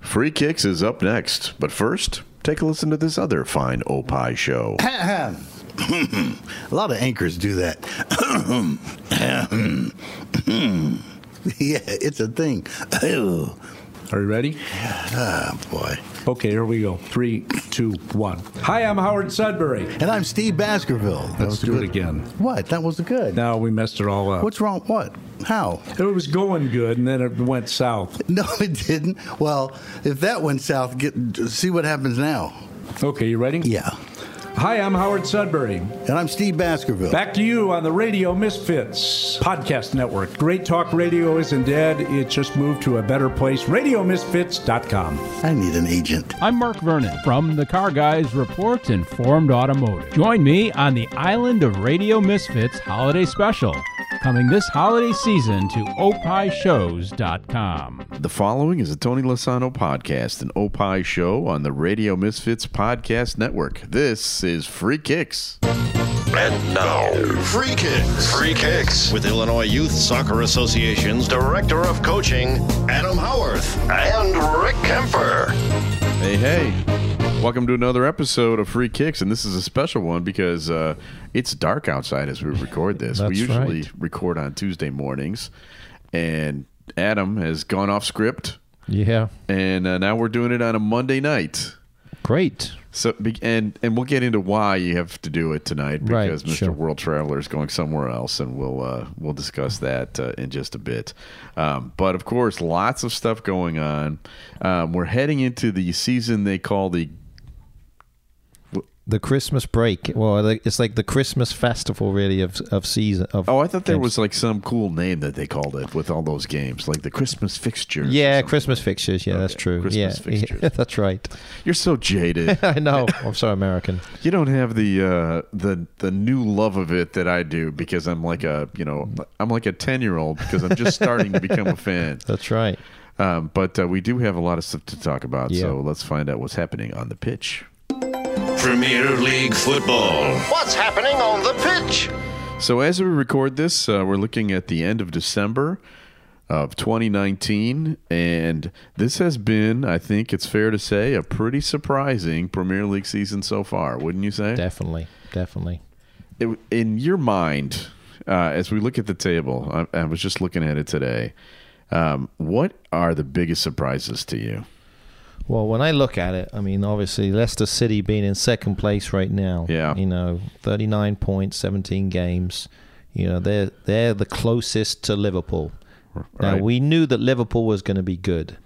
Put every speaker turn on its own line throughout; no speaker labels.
Free Kicks is up next. But first, take a listen to this other fine Opie show.
a lot of anchors do that. yeah, it's a thing. Oh,
Are you ready?
boy.
Okay, here we go. Three, two, one. Hi, I'm Howard Sudbury.
And I'm Steve Baskerville. That
Let's
was
do
good.
it again.
What? That was good.
Now we messed it all up.
What's wrong? What? How?
It was going good, and then it went south.
No, it didn't. Well, if that went south, get see what happens now.
Okay, you ready?
Yeah.
Hi, I'm Howard Sudbury.
And I'm Steve Baskerville.
Back to you on the Radio Misfits Podcast Network. Great talk radio isn't dead, it just moved to a better place. RadioMisfits.com.
I need an agent.
I'm Mark Vernon from the Car Guys Report Informed Automotive. Join me on the Island of Radio Misfits holiday special, coming this holiday season to opishows.com.
The following is a Tony Lasano podcast, an Opie show on the Radio Misfits Podcast Network. This is Free Kicks.
And now, free kicks. Free kicks with Illinois Youth Soccer Association's Director of Coaching, Adam Howarth, and Rick Kemper.
Hey, hey. Welcome to another episode of Free Kicks, and this is a special one because uh, it's dark outside as we record this. we
That's
usually
right.
record on Tuesday mornings, and Adam has gone off script,
Yeah,
and uh, now we're doing it on a Monday night.
great.
So be- and and we'll get into why you have to do it tonight
Right,
because Mr.
sure.
World Traveler is going somewhere else, and we'll uh, we'll discuss that uh, in just a bit. Um, but of course, lots of stuff going on. Um, we're heading into the season they call the
the Christmas break. Well, like- it's like the Christmas festival, really, of of season. Of
oh, I thought there was like some cool name that they called it with all those games, like the Christmas fixtures. or
yeah,
something.
Christmas fixtures. Yeah, that's
Okay,
true.
Christmas
yeah, yeah,
fixtures.
that's right.
You're so jaded.
I know. I'm so American.
You don't have the uh, the the new love of it that I do because I'm like a you know I'm like a ten year old because I'm just starting to become a fan.
That's right.
Um, but uh, we do have a lot of stuff to talk about,
Yeah.
so let's find out what's happening on the pitch.
Premier League football. What's happening on the pitch?
So as we record this, uh, we're looking at the end of December of 2019, and this has been, I think it's fair to say, a pretty surprising Premier League season so far, wouldn't you say?
Definitely. Definitely.
it, in your mind, uh, as we look at the table, I, I was just looking at it today. Um, what are the biggest surprises to you?
Well, when I look at it, I mean, obviously Leicester City being in second place right now.
Yeah.
You know, 39 points, 17 games. You know, they're they're the closest to Liverpool. Now
Right.
we knew that Liverpool was going to be good,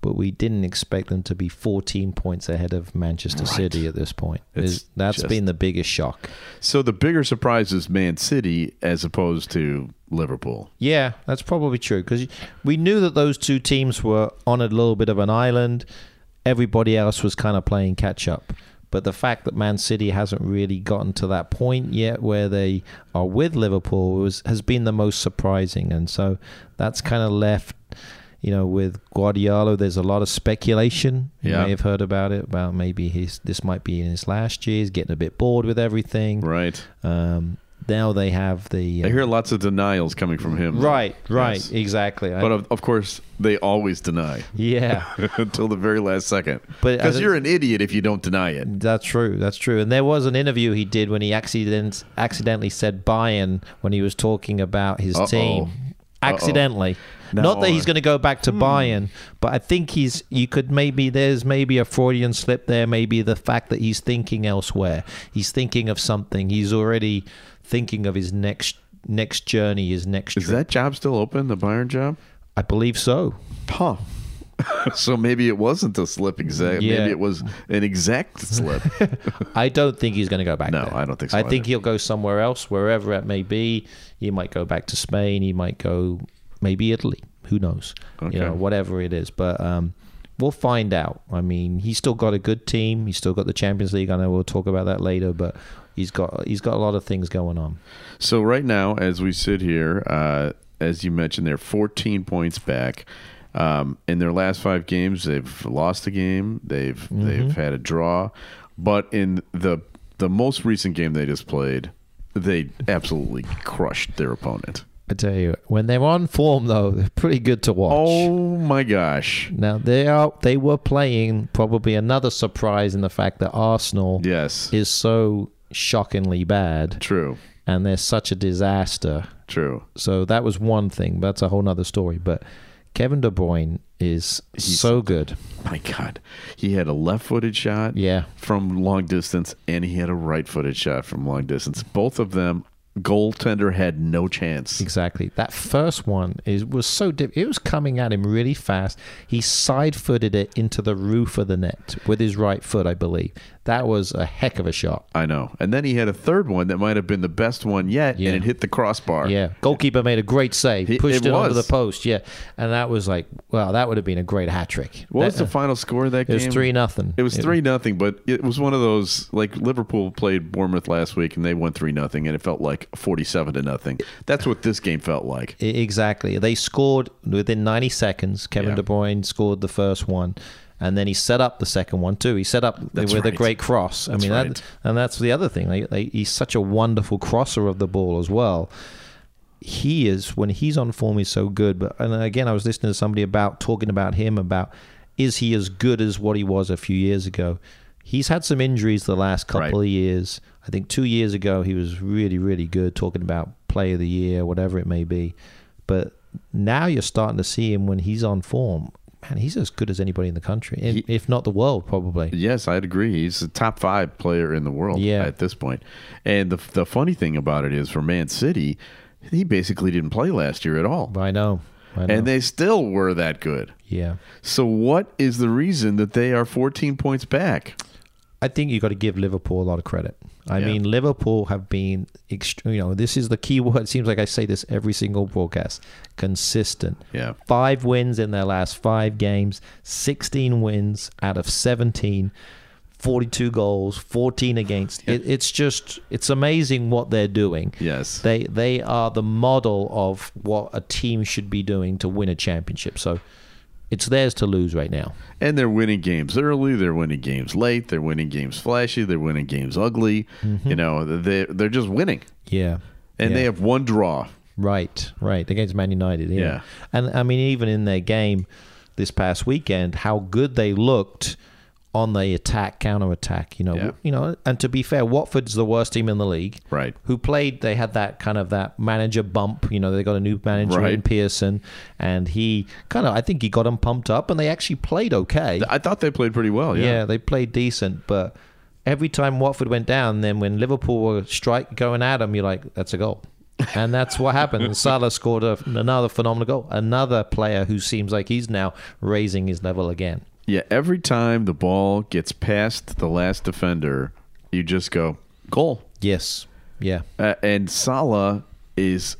but we didn't expect them to be 14 points ahead of Manchester City at this point.
It's
Is- That's
just-
been the biggest shock.
So the bigger surprise is Man City as opposed to Liverpool.
Yeah, that's probably true because we knew that those two teams were on a little bit of an island. Everybody else was kind of playing catch up. But the fact that Man City hasn't really gotten to that point yet where they are with Liverpool was, has been the most surprising. And so that's kind of left, you know, with Guardiola, there's a lot of speculation. You
Yeah.
may have heard about it, about maybe his, this might be in his last year. He's getting a bit bored with everything.
Right.
Um, now they have the. uh,
I hear lots of denials coming from him. though.
Right, right,
Yes.
exactly. I-
But of, of course, they always deny
yeah,
until the very last second.
But
Because
as-
you're an idiot if you don't deny it.
that's true. That's true. And there was an interview he did when he accident, accidentally said Bayern when he was talking about his
Uh-oh.
team. Accidentally.
No.
Not that he's going to go back to Bayern, but I think he's. You could maybe there's maybe a Freudian slip there. Maybe the fact that he's thinking elsewhere. He's thinking of something. He's already thinking of his next next journey, his next.
Is
trip.
that job still open, the Bayern job?
I believe so.
Huh. so maybe it wasn't a slip exact.
Yeah.
Maybe it was an exact slip.
I don't think he's going to go back.
No,
there.
I don't think so
I think
either.
he'll go somewhere else, wherever it may be. He might go back to Spain. He might go maybe Italy. Who knows?
Okay.
You know, whatever it is. But um, we'll find out. I mean, he's still got a good team. He's still got the Champions League. I know we'll talk about that later, but he's got he's got a lot of things going on.
So right now, as we sit here, uh, as you mentioned, they're 14 points back. Um, in their last five games, they've lost a game. They've they've had a draw, but in the the most recent game they just played, they absolutely crushed their opponent.
I tell you, when they're on form though, they're pretty good to watch.
Oh my gosh.
Now they are they were playing probably another surprise in the fact that Arsenal
Yes.
is so shockingly bad
True.
and they're such a disaster.
True.
So that was one thing. That's a whole nother story. But Kevin De Bruyne is so good.
My God. He had a left footed shot
Yeah.
from long distance and he had a right footed shot from long distance. Both of them, goaltender had no chance.
Exactly. That first one is was so diff- it was coming at him really fast. He side footed it into the roof of the net with his right foot, I believe. That was a heck of a shot.
I know. And then he had a third one that might have been the best one yet
Yeah.
and it hit the crossbar.
Yeah. Goalkeeper made a great save,
He-
pushed
it
it, onto the
was.
post. Yeah. And that was like, wow, that would have been a great hat trick.
What was
That- uh,
the final score of that
It
game?
was 3 nothing.
It was three nothing, but it was one of those like Liverpool played Bournemouth last week and they won three nothing, and it felt like forty seven to nothing. That's what this game felt like.
I- E-, Exactly. They scored within 90 seconds. Kevin
Yeah.
De Bruyne scored the first one, and then he set up the second one too. He set up
That's
with a
right.
great cross. I
That's
mean,
right.
that, and that's the other thing. They, they, he's such a wonderful crosser of the ball as well. He is when he's on form, he's so good. But and again, I was listening to somebody about talking about him about is he as good as what he was a few years ago? He's had some injuries the last couple
Right.
of years. I think two years ago he was really, really good, talking about play of the year, whatever it may be. But now you're starting to see him when he's on form. Man, he's as good as anybody in the country, if-
He-
if not the world, probably.
Yes, I'd agree. He's a top five player in the world
Yeah.
at this point. And the the funny thing about it is for Man City, he basically didn't play last year at all,
I know. I know.
and they still were that good.
yeah.
So what is the reason that they are fourteen points back?
I think you got to give Liverpool a lot of credit. I
Yeah.
mean, Liverpool have been, ext- you know, this is the key word. It seems like I say this every single broadcast consistent.
Yeah.
Five wins in their last five games, 16 wins out of 17, 42 goals, 14 against. It, it's just, it's amazing what they're doing.
Yes.
They, they are the model of what a team should be doing to win a championship. So it's theirs to lose right now.
And they're winning games early. They're winning games late. They're winning games flashy. They're winning games ugly. You know, they they're just winning,
Yeah.
and
Mm-hmm. yeah.
they have one draw.
Right, right. Against Man United, yeah.
Yeah.
And I mean, even in their game this past weekend, how good they looked on the attack, counter attack. You know,
Yeah.
you know. And to be fair, Watford's the worst team in the league.
Right.
Who played? They had that kind of that manager bump. You know, they got a new manager in
Right.
Pearson, and he kind of, I think he got them pumped up, and they actually played okay.
I thought they played pretty well.
Yeah.
Yeah,
they played decent, but every time Watford went down, then when Liverpool were strike going at them, you're like, that's a goal. And that's what happened. And Salah scored a, another phenomenal goal. Another player who seems like he's now raising his level again.
yeah. Every time the ball gets past the last defender, you just go goal.
Yes. Yeah.
Uh, and Salah is.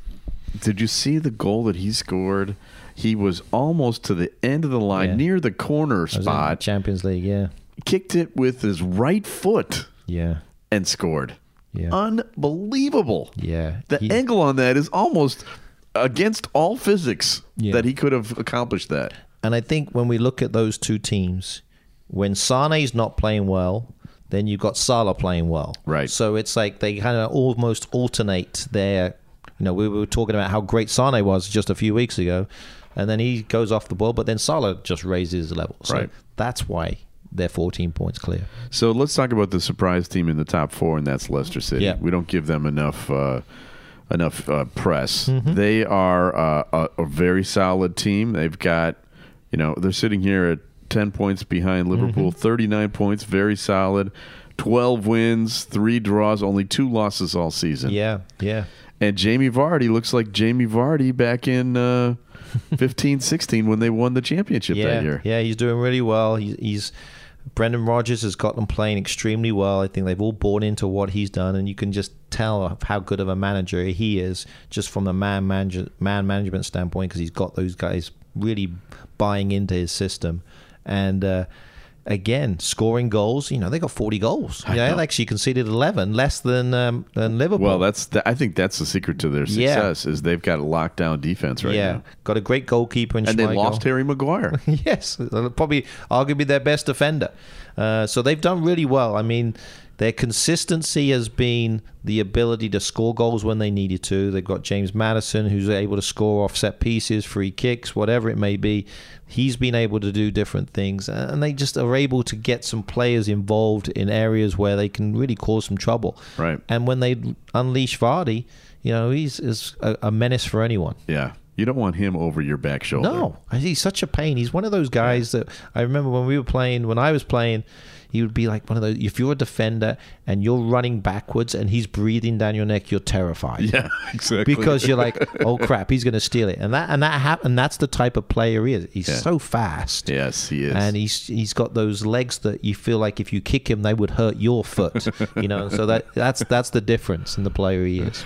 Did you see the goal that he scored? He was almost to the end of the line,
Yeah.
near the corner
I was in
spot.
Champions League. Yeah.
Kicked it with his right foot
Yeah.
and scored.
Yeah.
Unbelievable.
Yeah.
The
He-
angle on that is almost against all physics
Yeah.
that he could have accomplished that.
And I think when we look at those two teams, when Sane's not playing well, then you've got Salah playing well.
Right.
So it's like they kind of almost alternate their. You know, we were talking about how great Sane was just a few weeks ago, and then he goes off the ball, but then Salah just raises his level. So
Right.
that's why they're 14 points clear.
So let's talk about the surprise team in the top four, and that's Leicester City.
Yeah.
We don't give them enough uh, enough uh, press.
Mm-hmm.
They are uh, a, a very solid team. They've got, you know, they're sitting here at ten points behind Liverpool,
Mm-hmm.
nine points, very solid. Twelve wins, three draws, only two losses all season.
Yeah, yeah.
And Jamie Vardy looks like Jamie Vardy back in uh, 15 16 when they won the championship
yeah,
that year.
Yeah, he's doing really well. He's, he's Brendan Rodgers has got them playing extremely well. I think they've all bought into what he's done, and you can just tell of how good of a manager he is just from the man manager, man management standpoint because he's got those guys really buying into his system, and. Uh, Again, scoring goals. You know they got forty goals. Yeah, they actually conceded eleven, less than um, than Liverpool.
Well, that's the, I think that's the secret to their
Yeah.
success is they've got a lockdown defense right
yeah.
now.
Got a great goalkeeper in
And they
Schmeichel.
lost Harry Maguire.
yes, probably arguably their best defender. Uh, so they've done really well. I mean, Their consistency has been the ability to score goals when they needed to. They've got James Madison, who's able to score off set pieces, free kicks, whatever it may be. He's been able to do different things, and they just are able to get some players involved in areas where they can really cause some trouble.
Right.
And when they unleash Vardy, you know, he's is a, a menace for anyone.
Yeah. You don't want him over your back shoulder.
No, he's such a pain. He's one of those guys that I remember when we were playing, when I was playing, he would be like one of those. If you're a defender and you're running backwards and he's breathing down your neck, you're terrified.
Yeah, exactly.
Because you're like, oh crap, he's going to steal it, and that and that hap- and that's the type of player he is. He's so fast,
Yes, he is.
and he's he's got those legs that you feel like if you kick him, they would hurt your foot. you know, so that that's that's the difference in the player he is.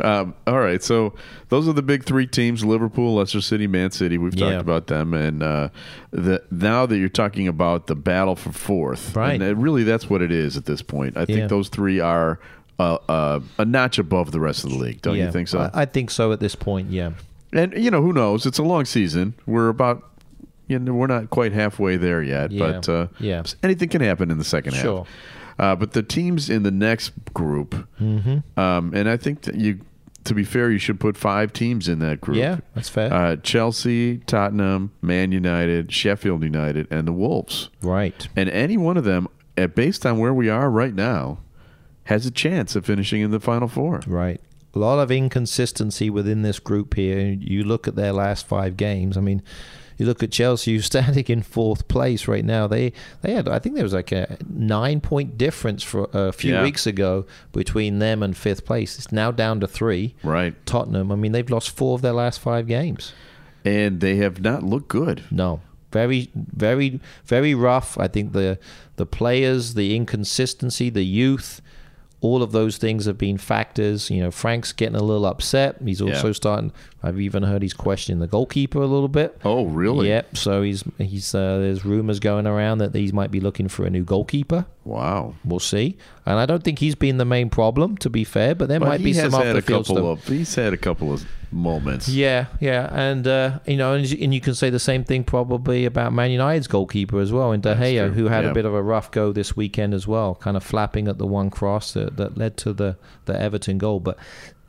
um, all right, so those are the big three teams: Liverpool, Leicester City, Man City. We've
Yeah.
talked about them, and uh, the, now that you're talking about the battle for fourth,
Right.
And it- really, that's what it is at this point. I
Yeah.
think those three are uh, uh, a notch above the rest of the league. Don't you think so?
I, I think so at this point. Yeah.
and you know, who knows? It's a long season. We're about. You know, we're not quite halfway there yet,
Yeah.
but uh,
Yeah.
anything can happen in the second
Sure.
half. Uh, but the teams in the next group,
Mm-hmm.
um, and I think that you, to be fair, you should put five teams in that group.
Yeah, that's fair.
Uh, Chelsea, Tottenham, Man United, Sheffield United, and the Wolves.
Right.
And any one of them, uh, based on where we are right now, has a chance of finishing in the final four.
Right. A lot of inconsistency within this group here. You look at their last five games. I mean, you look at Chelsea, who's standing in fourth place right now. They they had, I think, there was like a nine point difference for a few
Yeah.
weeks ago between them and fifth place. It's now down to three.
Right.
Tottenham. I mean, they've lost four of their last five games.
And they have not looked good.
No. Very, very, very rough. I think the the players, the inconsistency, the youth, all of those things have been factors. You know, Frank's getting a little upset. He's also
Yeah.
starting. I've even heard he's questioning the goalkeeper a little bit.
Oh, really?
Yep. So he's he's uh, there's rumors going around that he might be looking for a new goalkeeper.
Wow.
We'll see. And I don't think he's been the main problem, to be fair. But there
But
might be
he has
some off
had
the
a
field
couple
stuff.
of he's had a couple of moments.
Yeah, yeah, and uh, you know, and you, and you can say the same thing probably about Man United's goalkeeper as well, and De Gea, who had
yeah.
a bit of a rough go this weekend as well, kind of flapping at the one cross that, that led to the the Everton goal. But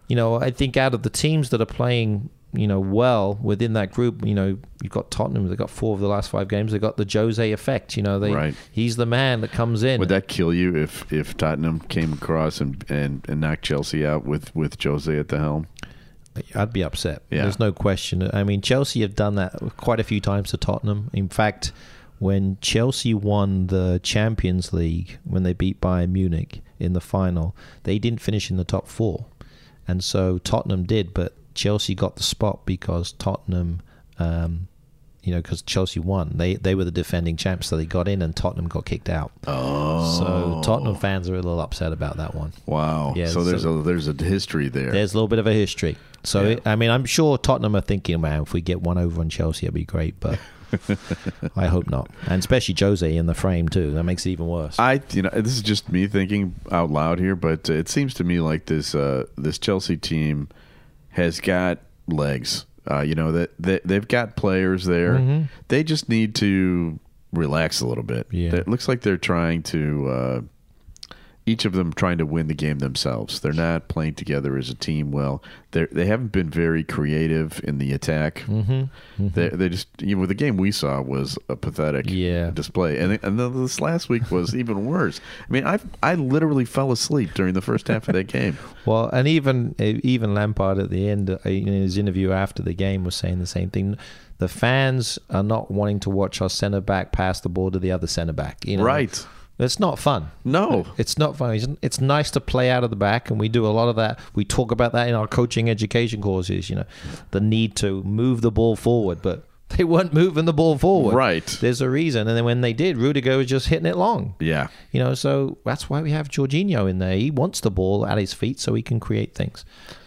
you know, I think out of the teams that are playing, you know, well within that group, you know, you've got Tottenham, they've got four of the last five games, they've got the Jose effect. You know, they
Right.
he's the man that comes in.
Would that kill you if, if Tottenham came across and, and, and knocked Chelsea out with, with Jose at the helm?
I'd be upset.
Yeah.
There's no question. I mean, Chelsea have done that quite a few times to Tottenham. In fact, when Chelsea won the Champions League, when they beat Bayern Munich in the final, they didn't finish in the top four. And so Tottenham did, but Chelsea got the spot because Tottenham, um, you know, because Chelsea won. They, they were the defending champs, so they got in and Tottenham got kicked out. Oh. So Tottenham fans are a little upset about that one.
Wow.
Yeah,
so there's
so-
a there's a history there.
There's a little bit of a history. So, it, I mean, I'm sure Tottenham are thinking, man, if we get one over on Chelsea, it'd be great, but I hope not. And especially Jose in the frame, too. That makes it even worse.
I you know this is just me thinking out loud here, but uh, it seems to me like this uh, this Chelsea team has got legs. Uh, you know that they, they've got players there.
Mm-hmm.
They just need to relax a little bit.
Yeah.
it looks like they're trying to. Uh, each of them trying to win the game themselves. They're not playing together as a team well. They they haven't been very creative in the attack. Mm-hmm. They they just you know the game we saw was a pathetic
Yeah.
display, and and then this last week was even worse. I mean, I I literally fell asleep during the first half of that game.
Well, and even e, even Lampard at the end uh, in his interview after the game was saying the same thing. The fans are not wanting to watch our centre back pass the ball to the other centre back. You know?
Right.
It's not fun.
No.
It's not fun. It's- It's nice to play out of the back, and we do a lot of that. We talk about that in our coaching education courses. You know, the need to move the ball forward, but they weren't moving the ball forward.
Right.
There's a reason. And then when they did, Rudiger was just hitting it long.
Yeah.
You know, so that's why we have Jorginho in there. He wants the ball at his feet so he can create things.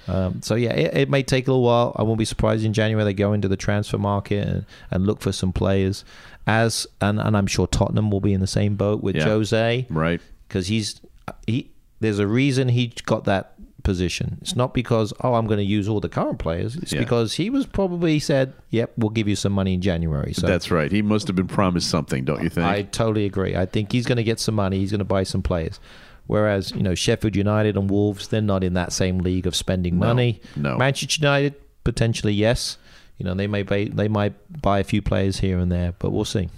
Um, so, yeah, it, it may take a little while. I won't be surprised in January they go into the transfer market and, and look for some players. As and, and I'm sure Tottenham will be in the same boat with
Yeah.
Jose.
Right.
Because he's, he, there's a reason he got that position. It's not because, oh, I'm going to use all the current players. It's
Yeah.
because he was probably said, yep, we'll give you some money in January. So
That's right. He must have been promised something, don't you think?
I totally agree. I think he's going to get some money. He's going to buy some players. Whereas you know Sheffield United and Wolves, they're not in that same league of spending money.
no.
Manchester United potentially yes. You know they may buy, they might buy a few players here and there, but we'll see.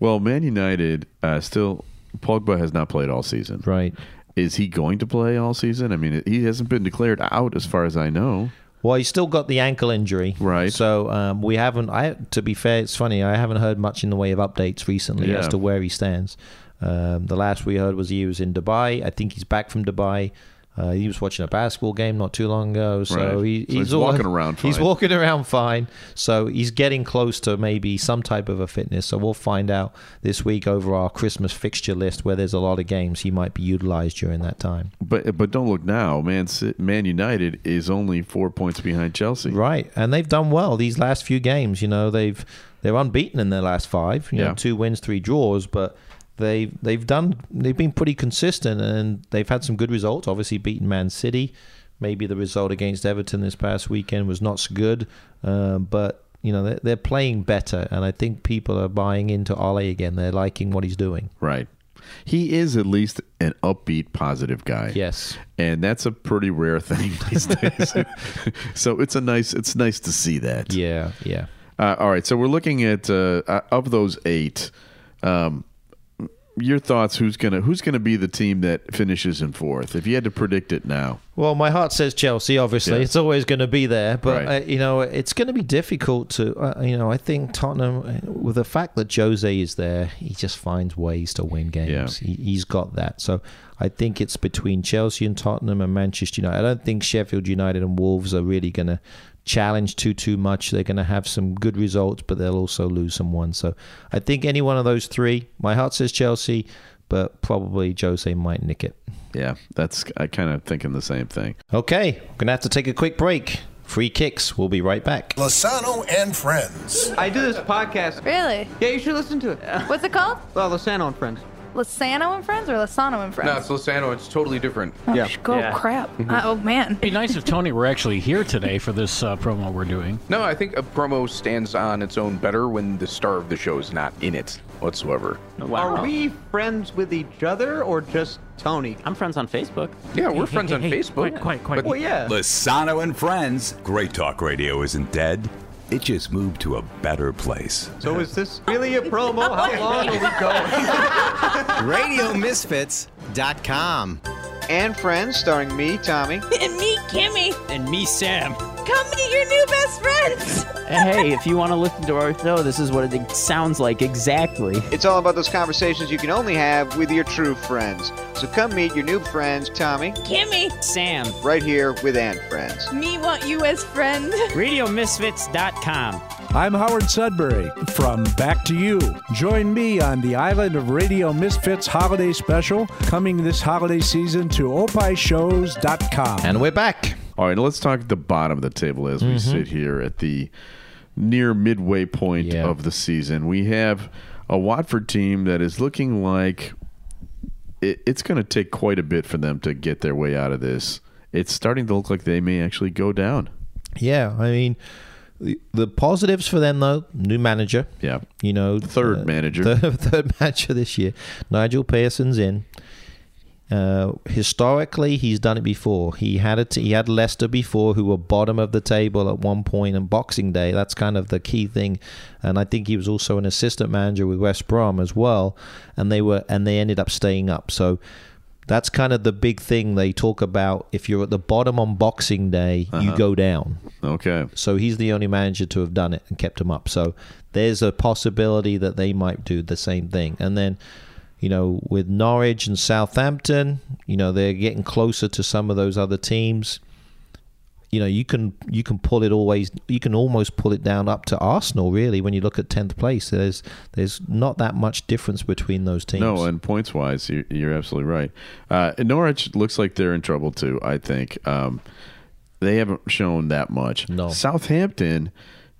Well, Man United uh, still Pogba has not played all season.
Right.
Is he going to play all season? I mean, he hasn't been declared out as far as I know.
Well, he's still got the ankle injury,
Right.
So um, we haven't. I to be fair, it's funny. I haven't heard much in the way of updates recently
Yeah.
as to where he stands. Um, the last we heard was he was in Dubai. I think he's back from Dubai. Uh, he was watching a basketball game not too long ago, so,
Right.
he,
So he's
all-
walking around
He's
fine.
walking around fine, so he's getting close to maybe some type of a fitness. So we'll find out this week over our Christmas fixture list, where there's a lot of games he might be utilized during that time.
But but don't look now. Man Ci- Man United is only four points behind Chelsea.
Right, and they've done well these last few games. You know, they've they're unbeaten in their last five. You
Yeah.
know, two wins, three draws, but they've they've done they've been pretty consistent and they've had some good results. Obviously, beaten Man City. Maybe the result against Everton this past weekend was not so good, um, but you know they're, they're playing better, and I think people are buying into Ole again. They're liking what he's doing.
Right. He is at least an upbeat, positive guy.
Yes.
And that's a pretty rare thing these days. so it's a nice it's nice to see that.
Yeah, yeah.
Uh, all right, so we're looking at uh, uh, of those eight. Um, your thoughts? Who's gonna Who's gonna be the team that finishes in fourth? If you had to predict it now,
Well, my heart says Chelsea. Obviously,
Yeah.
it's always going to be there, but
Right.
uh, you know it's going to be difficult to. Uh, you know, I think Tottenham, uh, with the fact that Jose is there, he just finds ways to win games.
Yeah.
He, he's got that. So I think it's between Chelsea and Tottenham and Manchester United. I don't think Sheffield United and Wolves are really going to challenge too too much. They're going to have some good results, but they'll also lose some ones. So I think any one of those three. My heart says Chelsea, but probably Jose might nick it.
yeah, that's I kind of thinking the same thing.
Okay, we're going to have to take a quick break. Free kicks. We'll be right back.
Lasano and Friends.
I do this podcast.
Really?
Yeah, you should listen to it.
What's it called?
Well, Lasano and friends.
Lasano and Friends or Lasano and Friends?
No, it's Lozano. It's totally different. Mm-hmm.
oh,
yeah.
sh- Go crap. Uh, oh, man.
It'd be nice if Tony were actually here today for this uh, promo we're doing.
No, I think a promo stands on its own better when the star of the show is not in it whatsoever.
Are we friends with each other or just Tony?
I'm friends on Facebook.
Yeah, we're friends on Facebook.
Quite, quite, quite.
But-
Well, yeah.
Lasano and Friends. Great Talk Radio isn't dead. It just moved to a better place.
So is this really a promo? How long are we going?
RadioMisfits.com.
and friends, starring me, Tommy.
And me, Kimmy.
And me, Sam.
Come meet your new best friends.
hey, if you want to listen to our show, this is what it sounds like exactly.
It's all about those conversations you can only have with your true friends. So come meet your new friends, Tommy,
Kimmy.
Sam.
right here with and friends.
Me want you as friend.
RadioMisfits.com.
I'm Howard Sudbury from Back to You. Join me on the Island of Radio Misfits holiday special coming this holiday season to opishows.com.
And we're back.
All right, let's talk at the bottom of the table as we sit here at the near midway point
Yeah.
of the season. We have a Watford team that is looking like it, it's going to take quite a bit for them to get their way out of this. It's starting to look like they may actually go down.
Yeah, I mean, the, the positives for them, though, new manager.
Yeah.
You know,
Third manager.
Third, third manager this year. Nigel Pearson's in. Uh, historically, he's done it before. He had it. He had Leicester before, who were bottom of the table at one point on Boxing Day. That's kind of the key thing, and I think he was also an assistant manager with West Brom as well. And they were, and they ended up staying up. So that's kind of the big thing they talk about. If you're at the bottom on Boxing Day,
Uh-huh.
you go down.
Okay.
So he's the only manager to have done it and kept him up. So there's a possibility that they might do the same thing. And then, you know, with Norwich and Southampton, you know, they're getting closer to some of those other teams. You know, you can you can pull it always. You can almost pull it down up to Arsenal. Really, when you look at tenth place, there's there's not that much difference between those teams.
No, and points wise, you're, you're absolutely right. Uh, and Norwich looks like they're in trouble too. I think um, they haven't shown that much.
No.
Southampton,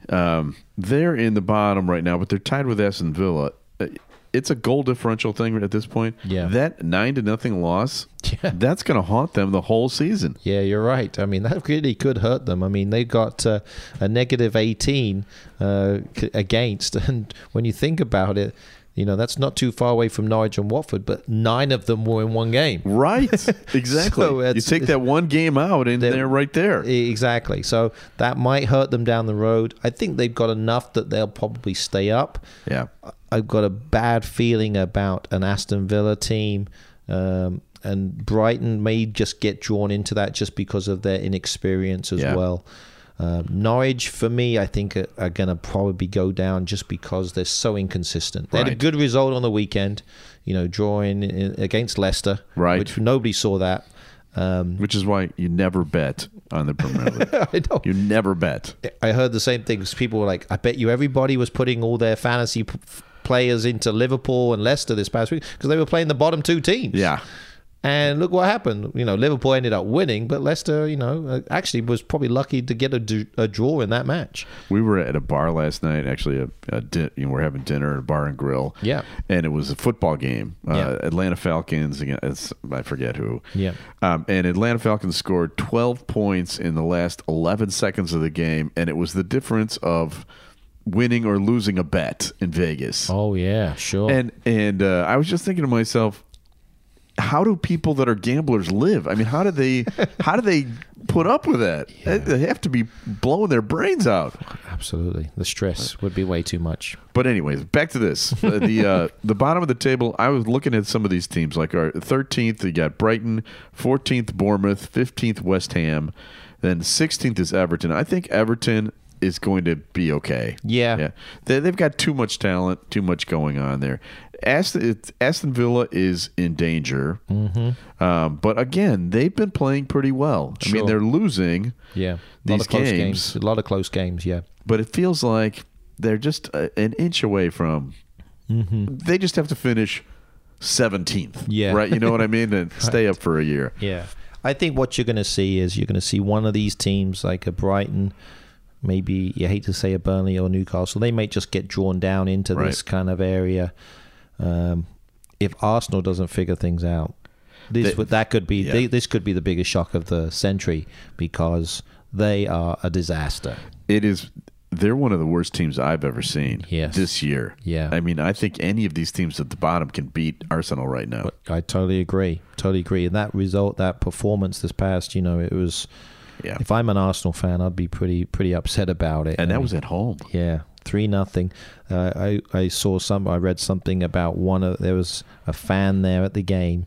um, they're in the bottom right now, but they're tied with Aston Villa. Uh, It's a goal differential thing at this point.
Yeah.
that nine to nothing loss,
Yeah.
that's going to haunt them the whole season.
Yeah, you're right. I mean, that really could hurt them. I mean, they got uh, a negative 18 uh, c- against, and when you think about it, You know, that's not too far away from Norwich and Watford, but nine of them were in one game.
Right. Exactly. you take that one game out and they're, right there.
E, Exactly. So that might hurt them down the road. I think they've got enough that they'll probably stay up.
Yeah.
I've got a bad feeling about an Aston Villa team. Um, and Brighton may just get drawn into that just because of their inexperience as
Yeah.
well. Um, Norwich, for me, I think are, are going to probably go down just because they're so inconsistent. They had a
Right.
good result on the weekend, you know, drawing in, against Leicester,
Right.
Which nobody saw that. Um,
Which is why you never bet on the Premier League.
I know.
You never bet.
I heard the same things. People were like, "I bet you everybody was putting all their fantasy p- players into Liverpool and Leicester this past week because they were playing the bottom two teams."
Yeah.
And look what happened. You know, Liverpool ended up winning, but Leicester, you know, uh, actually was probably lucky to get a, d- a draw in that match.
We were at a bar last night. Actually, a, a di- you know, we're having dinner at a bar and grill.
Yeah.
and it was a football game.
Yeah.
Uh, Atlanta Falcons against I forget who.
Yeah.
um, and Atlanta Falcons scored 12 points in the last 11 seconds of the game, and it was the difference of winning or losing a bet in Vegas.
Oh yeah, sure.
And and uh, I was just thinking to myself, how do people that are gamblers live? I mean, how do they how do they put up with that? They have to be blowing their brains out.
Absolutely, the stress would be way too much.
But anyways, back to this. Uh, the uh, the bottom of the table. I was looking at some of these teams. Like our thirteenth, you got Brighton. Fourteenth, Bournemouth. Fifteenth, West Ham. Then sixteenth is Everton. I think Everton is going to be okay.
Yeah.
yeah. They, they've got too much talent, too much going on there. Aston, it's- Aston Villa is in danger. Mm-hmm. Um, but again, they've been playing pretty well. I mean,
Sure.
they're losing.
Yeah, a lot
these
of close
games
games. A lot of close games. Yeah.
but it feels like they're just a, an inch away from. They just have to finish seventeenth.
Mm-hmm. Yeah.
right. You know what I mean, and stay up for a year.
Yeah. I think what you're going to see is you're going to see one of these teams like a Brighton, maybe you hate to say a Burnley or Newcastle, they may just get drawn down into
Right.
this kind of area. Um, if Arsenal doesn't figure things out, this
They-
would that could be
yeah.
they, this could be the biggest shock of the century because they are a disaster.
It is. They're one of the worst teams I've ever seen.
Yes.
this year.
Yeah.
I mean, I think any of these teams at the bottom can beat Arsenal right now.
I totally agree. Totally agree. And that result, that performance this past, you know, it was.
Yeah.
If I'm an Arsenal fan, I'd be pretty pretty upset about it.
and
I
that
mean,
was at home.
Yeah, three nothing. Uh, I I saw some. I read something about one of there was a fan there at the game.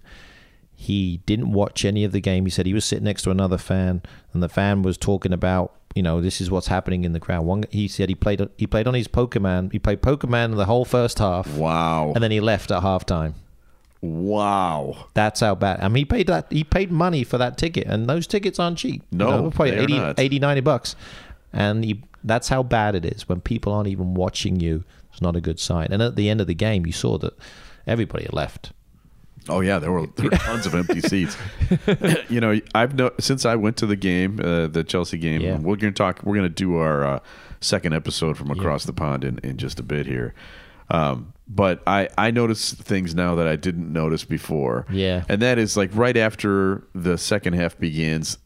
He didn't watch any of the game. He said he was sitting next to another fan, and the fan was talking about you know this is what's happening in the crowd. One he said he played he played on his Pokemon. He played Pokemon the whole first half,
Wow.
and then he left at halftime.
Wow.
That's how bad. I mean, he paid that. He paid money for that ticket, and those tickets aren't cheap.
No,
they're probably
they are
80,
not.
80, 90 bucks. And you, that's how bad it is when people aren't even watching you. It's not a good sign. And at the end of the game, you saw that everybody had left.
Oh yeah, there were, there were tons of empty seats. you know, I've no since I went to the game, uh, the Chelsea game.
Yeah.
We're going to talk. We're going to do our uh, second episode from across the pond in, in just a bit here. Um, but I I notice things now that I didn't notice before.
Yeah.
and that is like right after the second half begins.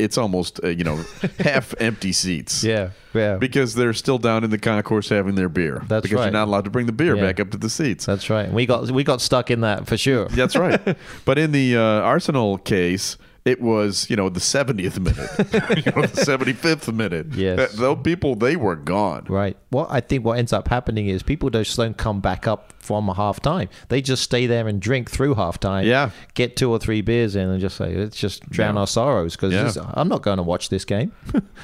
It's almost uh, you know half empty seats.
Yeah, yeah.
Because they're still down in the concourse having their beer.
That's
because you're
right.
not allowed to bring the beer
Yeah.
back up to the seats.
That's right. We got we got stuck in that for sure.
That's right. but in the uh, Arsenal case, it was you know the 70th minute, you know, the 75th minute.
Yes.
Th- those people they were gone.
Right. What I think what ends up happening is people just don't come back up from half time. They just stay there and drink through half time.
Yeah.
Get two or three beers in and just say, let's just drown
Yeah.
our sorrows because
Yeah.
I'm not going to watch this game.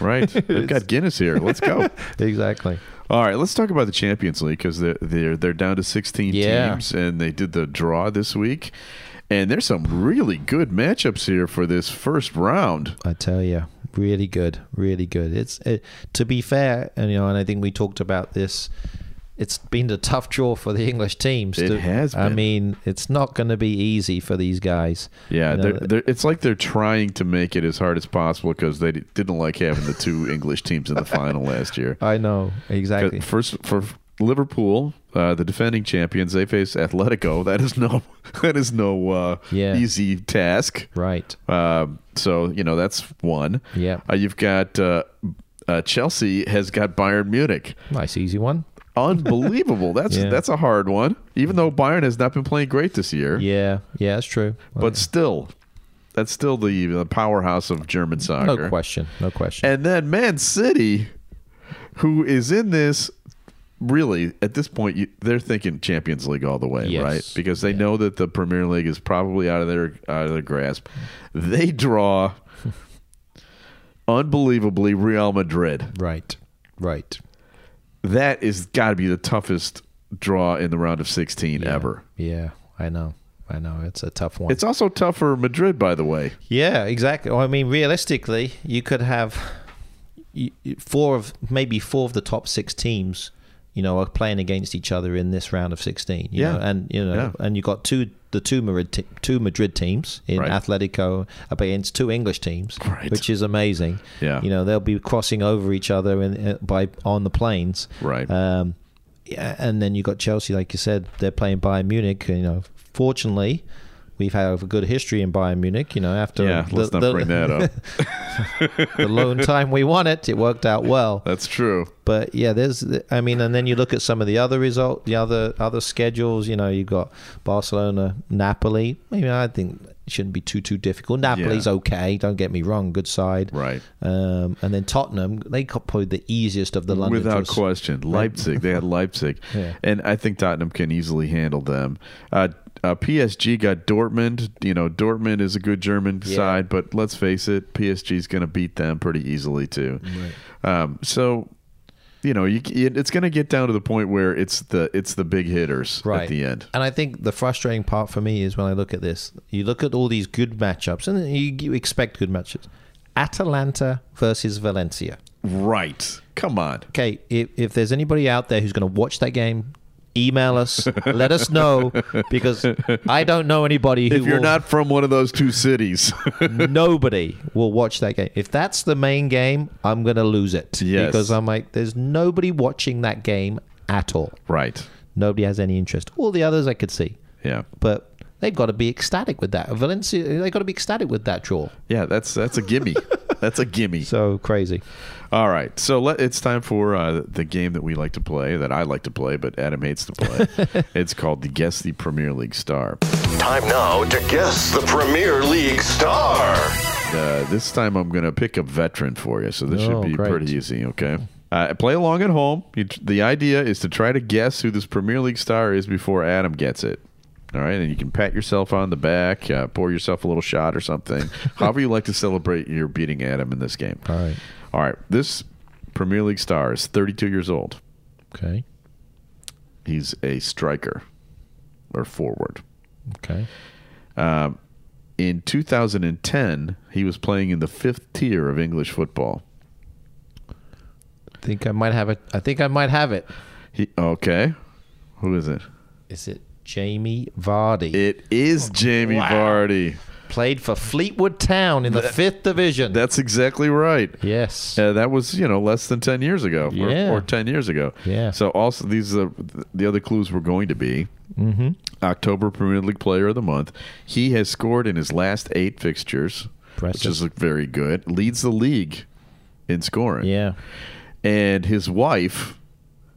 Right. They've got Guinness here. Let's go.
exactly.
All right, let's talk about the Champions League because they're they're they're down to 16
Yeah.
teams and they did the draw this week. And there's some really good matchups here for this first round.
I tell you, really good, really good. It's it, to be fair, and you know, and I think we talked about this. It's been a tough draw for the English teams.
It
to-
has
I
been.
mean, it's not going to be easy for these guys.
Yeah,
You know,
they're, they're, it's like they're trying to make it as hard as possible because they d- didn't like having the two English teams in the final last year.
I know exactly.
First for Liverpool, uh, the defending champions, they face Atletico. That is no that is no uh,
Yeah.
easy task.
Right.
Um, so you know that's one.
Yeah.
Uh, you've got uh, uh, Chelsea has got Bayern Munich.
Nice, easy one.
Unbelievable. That's
Yeah.
that's a hard one. Even though Byron has not been playing great this year.
Yeah, yeah, that's true.
But still, that's still the, the powerhouse of German soccer.
No question. No question.
And then Man City, who is in this, really at this point, you, they're thinking Champions League all the way, right? Because they know that the Premier League is probably out of their out of their grasp. They draw unbelievably Real Madrid.
Right. Right.
That is got to be the toughest draw in the round of 16 ever.
Yeah, I know. I know. It's a tough one.
It's also tough for Madrid, by the way.
Yeah, exactly. Well, I mean, realistically, you could have you- you- four of maybe four of the top six teams, you know, are playing against each other in this round of sixteen. you
Yeah.
know, and you know,
Yeah.
and you got two the two Madrid te- two Madrid teams in
Right.
Atletico up against two English teams,
Right.
which is amazing.
Yeah.
you know, they'll be crossing over each other in, uh, by on the planes.
Right.
Um, yeah, and then you got Chelsea, like you said, they're playing Bayern Munich. You know, fortunately, we've had a good history in Bayern Munich. You know, after
Yeah, let's not bring that up.
the lone time we won it, it worked out well.
That's true.
But yeah, there's, I mean, and then you look at some of the other result, the other other schedules. You know, you've got Barcelona, Napoli. I mean, I think it shouldn't be too too difficult. Napoli's okay. Don't get me wrong, good side.
Right.
Um, and then Tottenham, they got probably the easiest of the London.
Without
draws.
question. Leipzig. They had Leipzig.
Yeah.
And I think Tottenham can easily handle them. Uh, uh, PSG got Dortmund. You know, Dortmund is a good German
Yeah.
side, but let's face it, PSG's going to beat them pretty easily, too. Um, so. You know, you, you, it's going to get down to the point where it's the it's the big hitters at the end.
And I think the frustrating part for me is when I look at this, you look at all these good matchups, and you, you expect good matchups. Atalanta versus Valencia.
Right. Come on.
Okay, if, if there's anybody out there who's going to watch that game, email us, let us know, because I don't know anybody who
If you're
will-
not from one of those two cities,
nobody will watch that game. If that's the main game, I'm going to lose it.
Yes.
Because I'm like, there's nobody watching that game at all.
right?
Nobody has any interest. All the others I could see.
Yeah,
but they've got to be ecstatic with that. Valencia, they've got to be ecstatic with that draw.
yeah. That's that's a gimme. that's a gimme.
So crazy.
All right, so let, it's time for uh, the game that we like to play, that I like to play, but Adam hates to play. it's called the Guess the Premier League Star.
Time now to guess the Premier League star.
Uh, this time I'm going to pick a veteran for you, so this
Oh,
should be
great.
pretty easy, okay? Uh, play along at home. You, tr- the idea is to try to guess who this Premier League star is before Adam gets it. All right, and you can pat yourself on the back, uh, pour yourself a little shot or something, however you like to celebrate your beating Adam in this game.
All right.
All right, this Premier League star is 32 years old.
Okay.
He's a striker or forward.
Okay.
Um, in 2010, he was playing in the fifth tier of English football.
I think I might have it. I think I might have it.
He okay, who is it?
Is it Jamie Vardy?
It is
Oh,
Jamie Vardy.
Played for Fleetwood Town in the fifth division.
That's exactly right.
yes.
Uh, that was you know less than 10 years ago or-
Yeah.
or, 10 years ago.
Yeah.
So also these are the other clues were going to be
Mm-hmm.
October Premier League Player of the Month. He has scored in his last eight fixtures, which
Impressive.
is very good. Leads the league in scoring.
Yeah.
And his wife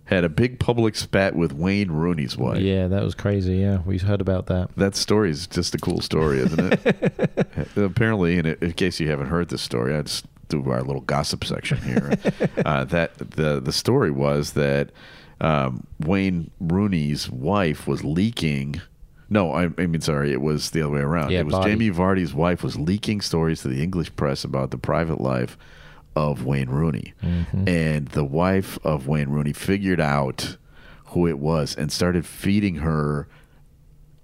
had a big public spat with Wayne Rooney's wife.
Yeah, that was crazy. Yeah, we heard about that.
That story is just a cool story, isn't it? Uh, Apparently, and in case you haven't heard this story, I just do our little gossip section here. uh, that the the story was that um, Wayne Rooney's wife was leaking. No, I, I mean sorry, it was the other way around.
Yeah,
it was
Vardy.
Jamie Vardy's wife was leaking stories to the English press about the private life of Wayne Rooney,
Mm-hmm.
and the wife of Wayne Rooney figured out who it was and started feeding her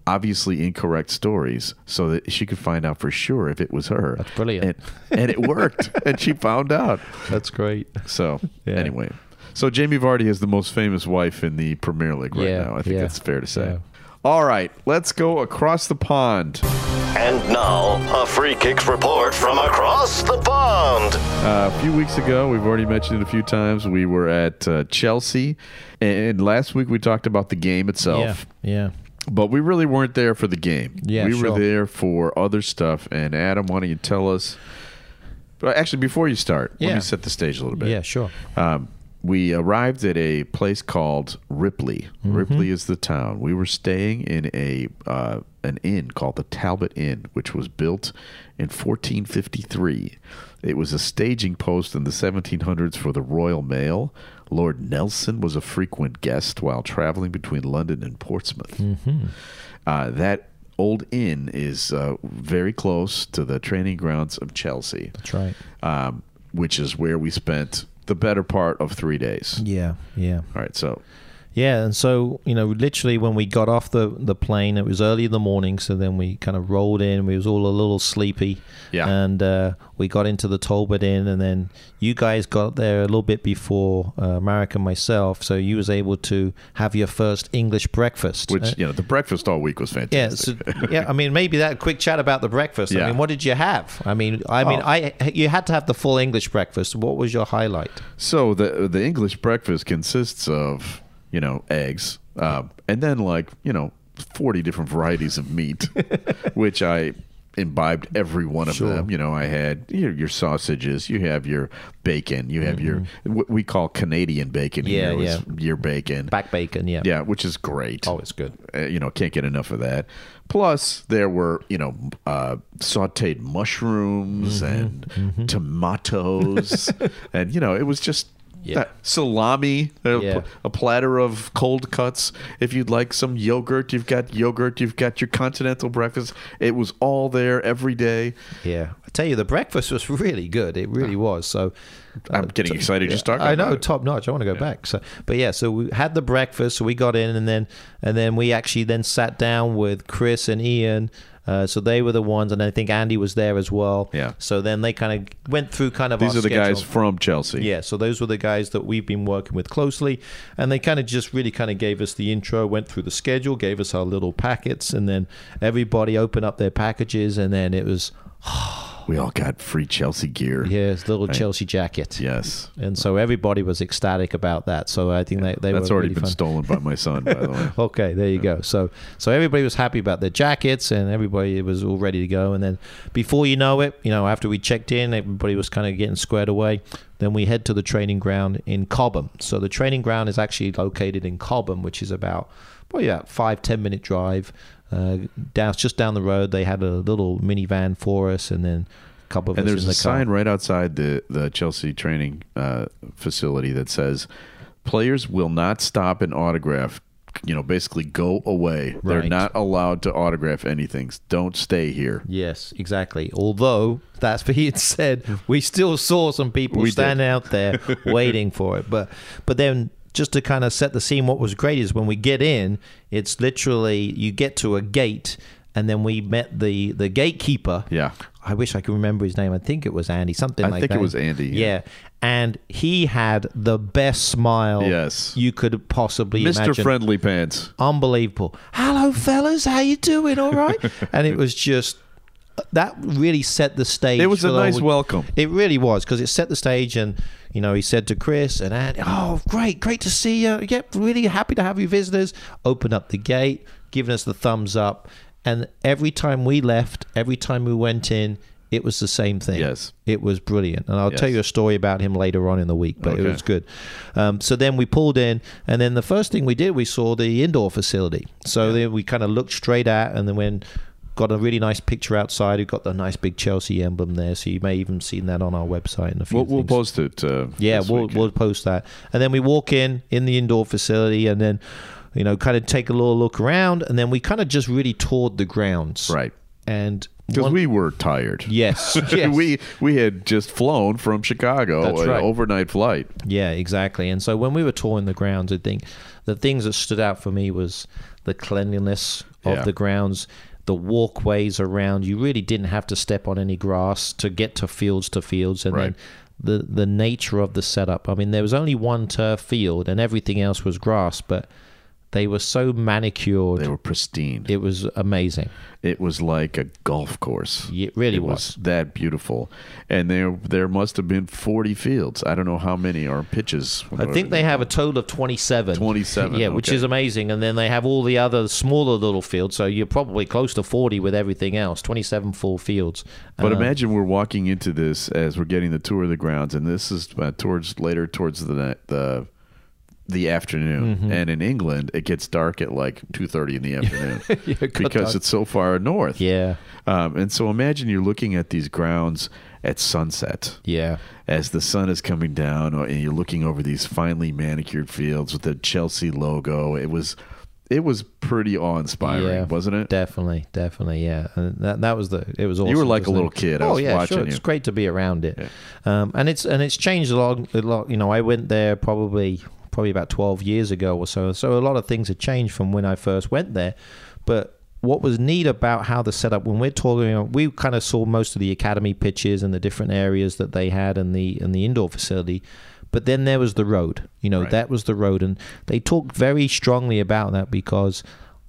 obviously incorrect stories so that she could find out for sure if it was her. That's
brilliant.
And, and it worked. and she found out.
That's great.
So, anyway. So, Jamie Vardy is the most famous wife in the Premier League right
Yeah,
now. I think
yeah,
that's fair to say.
yeah.
All right. Let's go across the pond.
And now, a free kicks report from across the pond.
Uh, a few weeks ago, we've already mentioned it a few times. We were at uh, Chelsea. And last week, we talked about the game itself.
Yeah. Yeah.
But we really weren't there for the game.
Yeah,
we were
sure.
there for other stuff. And Adam, why don't you tell us? But actually, before you start, let
Yeah.
me set the stage a little bit.
Yeah. Sure.
Um, we arrived at a place called Ripley.
Mhm.
Ripley is the town. We were staying in a uh, an inn called the Talbot Inn, which was built in 1453. It was a staging post in the 1700s for the Royal Mail. Lord Nelson was a frequent guest while traveling between London and Portsmouth.
Mhm.
Uh, that old inn is uh, very close to the training grounds of Chelsea.
That's right.
Um, which is where we spent the better part of three days.
Yeah, yeah.
All right, so
Yeah, and so you know, literally when we got off the the plane, it was early in the morning. So then we kind of rolled in. We was all a little sleepy.
Yeah.
And uh, we got into the Talbot Inn, and then you guys got there a little bit before uh, Marek and myself. So you was able to have your first English breakfast.
which
Uh,
you know the breakfast all week was
yeah,
fantastic.
so, yeah. I mean, maybe that quick chat about the breakfast.
Yeah.
I mean, what did you have? I mean, I mean,
Oh.
I you had to have the full English breakfast. What was your highlight?
So the the English breakfast consists of you know eggs, uh, and then like you know forty different varieties of meat, which I imbibed every one of
Sure.
them. You know, I had your, your sausages, you have your bacon, you have your what we call Canadian bacon.
Mm-hmm. Yeah,
here, was
yeah.
Your bacon,
back bacon, yeah,
yeah, which is great.
Always good.
Uh, you know, can't get enough of that. Plus, there were you know uh, sautéed mushrooms
Mm-hmm.
and tomatoes, and you know it was just
Yeah.
uh, salami, a,
Yeah.
a platter of cold cuts. If you'd like some yogurt, you've got yogurt. You've got your continental breakfast. It was all there every day.
Yeah, I tell you, the breakfast was really good. It really was. So
I'm getting excited just talking
Uh, I know,
about it.
top notch. I want to go back. So, but yeah, so we had the breakfast. So we got in, and then and then we actually then sat down with Chris and Ian. Uh, so they were the ones, and I think Andy was there as well.
Yeah.
So then they kind of went through kind of
These
our
are the guys
schedule.
from Chelsea.
Yeah, so those were the guys that we've been working with closely, and they kind of just really kind of gave us the intro, went through the schedule, gave us our little packets, and then everybody opened up their packages, and then it was
we all got free Chelsea gear.
Yes, little
Right.
Chelsea jacket.
Yes,
and so everybody was ecstatic about that. So I think they, they
that's
were
already
really
been
fun.
stolen by my son. By the way.
Okay, there you go. So so everybody was happy about their jackets and everybody was all ready to go. And then before you know it, you know, after we checked in, everybody was kind of getting squared away. Then we head to the training ground in Cobham. So the training ground is actually located in Cobham, which is about probably about five ten minute drive uh, down just down the road. They had a little minivan for us, and then a couple of
and
us
there's
in the
a
car.
sign right outside the, the Chelsea training uh, facility that says, "Players will not stop and autograph." You know, basically, go away. They're
Right.
not allowed to autograph anything. Don't stay here.
Yes, exactly. Although that's being said, we still saw some people
We did.
standing out there waiting for it. But but then just to kind of set the scene, what was great is when we get in, it's literally you get to a gate, and then we met the the gatekeeper.
Yeah.
I wish I could remember his name. I think it was Andy, something
I
like that.
think it was Andy, yeah.
Yeah. And he had the best smile
Yes.
you could possibly
Mr.
imagine.
Friendly Pants.
Unbelievable. Hello, fellas. How you doing? All right. and it was just that really set the stage.
It was
for
a
the
nice
whole-
welcome.
It really was because it set the stage, and you know, he said to Chris and Andy, "Oh, great, great to see you. Yep, really happy to have you visitors." Opened up the gate, giving us the thumbs up, and every time we left, every time we went in. It was the same thing.
Yes.
It was brilliant. And I'll tell
Yes.
you a story about him later on in the week, but
Okay.
it was good. Um, so then we pulled in, and then the first thing we did, we saw the indoor facility. So then we kind of looked straight at, and then when got a really nice picture outside, we got the nice big Chelsea emblem there. So you may even seen that on our website and a few
We'll, we'll
things.
post it. Uh,
yeah,
this
we'll
weekend.
we'll post that, and then we walk in in the indoor facility, and then you know kind of take a little look around, and then we kind of just really toured the grounds,
Right.
And
because
one-
we were tired.
yes, yes.
we we had just flown from Chicago,
That's
an
right.
overnight flight.
Yeah, exactly. And so when we were touring the grounds, I think the things that stood out for me was the cleanliness of
Yeah.
the grounds, the walkways around. You really didn't have to step on any grass to get to fields to fields, and
Right.
then the the nature of the setup. I mean, there was only one turf field, and everything else was grass, but They were so manicured. They
were pristine.
It was amazing.
It was like a golf course.
It really
was. that beautiful. And there there must have been 40 fields. I don't know how many are pitches.
I think they have a total of 27.
27.
Yeah, which
okay.
is amazing. And then they have all the other smaller little fields. So you're probably close to 40 with everything else 27 full fields.
But
Uh,
imagine we're walking into this as we're getting the tour of the grounds, and this is uh, towards later towards the ni- the the afternoon.
Mhm.
And in England, it gets dark at like two thirty in the afternoon
got
because
dark.
it's so far north.
Yeah.
Um, and so imagine you're looking at these grounds at sunset.
Yeah.
As the sun is coming down, or- and you're looking over these finely manicured fields with the Chelsea logo. It was. It was pretty awe-inspiring,
Yeah.
wasn't it?
Definitely, definitely, yeah. And that that was the it was
You
awesome.
were like a
wasn't
little
it?
kid. I
oh
was
yeah,
watching
sure. It's
you.
great to be around it. Um, and it's and it's changed a lot. A lot. You know, I went there probably probably about twelve years ago or so. So a lot of things have changed from when I first went there. But what was neat about how the setup when we're talking, you know, we kind of saw most of the academy pitches and the different areas that they had and the and the indoor facility. But then there was the road. You know, that was the road, and they talked very strongly about that because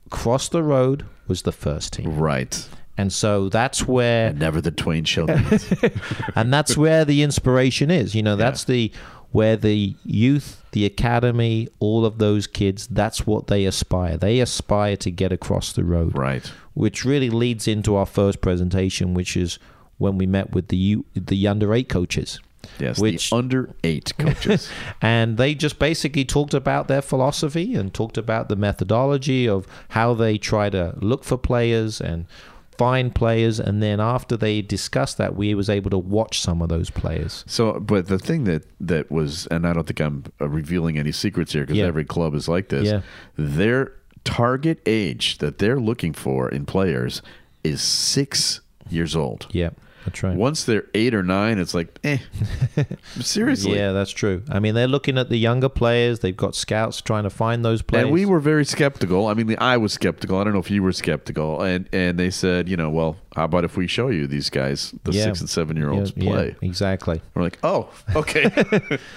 across the road was the first team.
Right.
And so that's where
never the twain shall meet.
and that's where the inspiration is. You know, that's the where the youth, the academy, all of those kids, that's what they aspire. They aspire to get across the road.
Right.
Which really leads into our first presentation, which is when we met with the U, the under 8 coaches.
Yes, the
which
under 8 coaches.
and they just basically talked about their philosophy and talked about the methodology of how they try to look for players and find players and then after they discussed that we was able to watch some of those players
So, but the thing that that was, and I don't think I'm uh, revealing any secrets here because
Yeah.
every club is like this.
Yeah.
Their target age that they're looking for in players is six years old.
Yeah, that's right.
Once they're eight or nine, it's like, eh, seriously.
yeah that's true i mean they're looking at the younger players they've got scouts trying to find those players
And we were very skeptical. I mean, the- I was skeptical. I don't know if you were skeptical. And and they said, you know, well, how about if we show you these guys, the
Yeah.
six and seven year olds,
Yeah, yeah,
play?
exactly
We're like, oh, okay,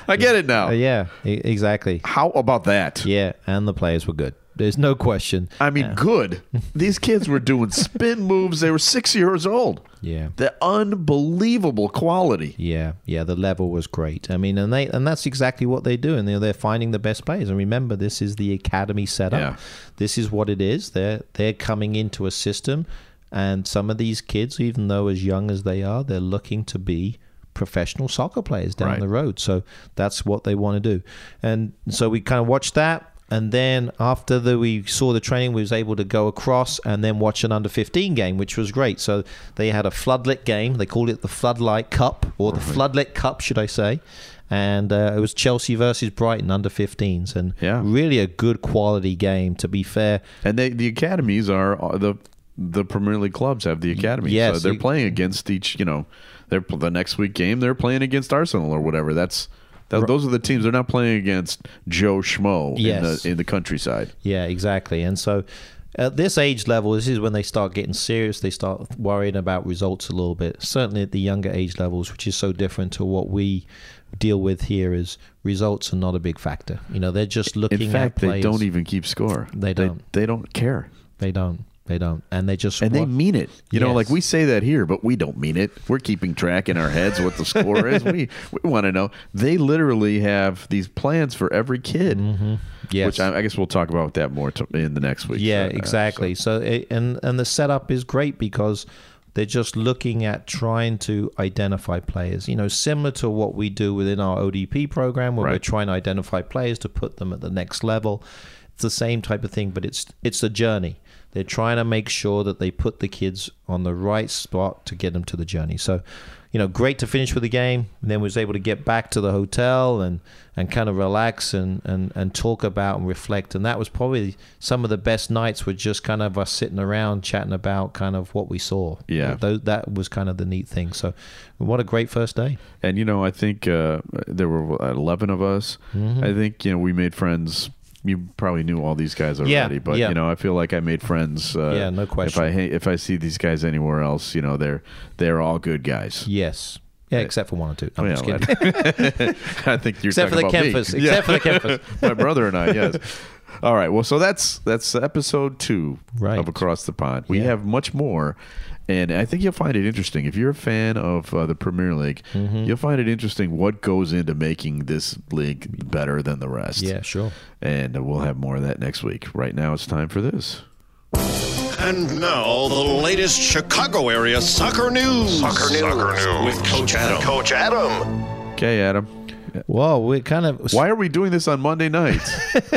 I get it now.
yeah e- exactly
how about that
yeah and the players were good there's no question
I mean, good. These kids were doing spin moves. They were six years old.
yeah
The unbelievable quality.
Yeah, yeah, the level was great. I mean, and they and that's exactly what they do, and they're, they're finding the best players. And remember, this is the academy setup.
Yeah.
This is what it is. They're they're coming into a system, and some of these kids, even though as young as they are, they're looking to be professional soccer players down
Right.
the road. So that's what they want to do. And so we kind of watched that. And then after the, we saw the training, we was able to go across and then watch an under 15 game, which was great. So they had a floodlit game. They called it the Floodlight Cup or the Floodlit Cup, should I say. And uh, it was Chelsea versus Brighton under 15s. And
Yeah.
really a good quality game, to be fair.
And they the academies are are the the Premier League clubs have the academy. so
Yes,
they're
you-
playing against each. You know, they're the next week game. They're playing against Arsenal or whatever. That's. That, those are the teams. They're not playing against Joe Schmo
Yes.
in the in the countryside.
Yeah, exactly. And so at this age level, this is when they start getting serious. They start worrying about results a little bit. Certainly at the younger age levels, which is so different to what we deal with here, is results are not a big factor. You know, they're just looking.
In fact,
at
they
players.
don't even keep score.
They don't.
They, don't care.
They don't. They don't. And they just
And they
wa-
mean it. You know,
Yes.
like we say that here, but we don't mean it. We're keeping track in our heads what the score is. We we want to know. They literally have these plans for every kid. Mm-hmm.
Yes.
Which I, I guess we'll talk about that more to, in the next week.
Yeah,
Uh,
exactly. So, it, and and the setup is great because they're just looking at trying to identify players. You know, similar to what we do within our ODP program, where we're
Right.
trying to identify players to put them at the next level. It's the same type of thing, but it's it's a journey. They're trying to make sure that they put the kids on the right spot to get them to the journey. So, you know, great to finish with the game. And then was able to get back to the hotel and, and kind of relax and, and, and talk about and reflect. And that was probably some of the best nights were just kind of us sitting around chatting about kind of what we saw.
Yeah.
Tho- that was kind of the neat thing. So what a great first day.
And you know, I think uh, there were what, eleven of us.
Mhm.
I think you know we made friends. You probably knew all these guys already,
Yeah,
but
yeah.
you know, I feel like I made friends. Uh,
Yeah, no question.
If I ha- if I see these guys anywhere else, you know, they're they're all good guys.
Yes. Yeah, except for one or two. I'm
Yeah,
just
well,
kidding.
I think you're
Except for
talking
the
about me.
Kempfers. Except for the Kempfers.
My brother and I, yes. All right. Well, so that's that's episode two of Across the Pond. We have much more, and I think you'll find it interesting if you're a fan of uh, the Premier League.
Mm-hmm.
You'll find it interesting what goes into making this league better than the rest.
Yeah, sure.
And uh, we'll have more of that next week. Right now, it's time for this.
And now, the latest Chicago area soccer news. Soccer news. With Coach Adam. Coach Adam.
Okay, Adam.
Whoa, we're kind of.
Why are we doing this on Monday night?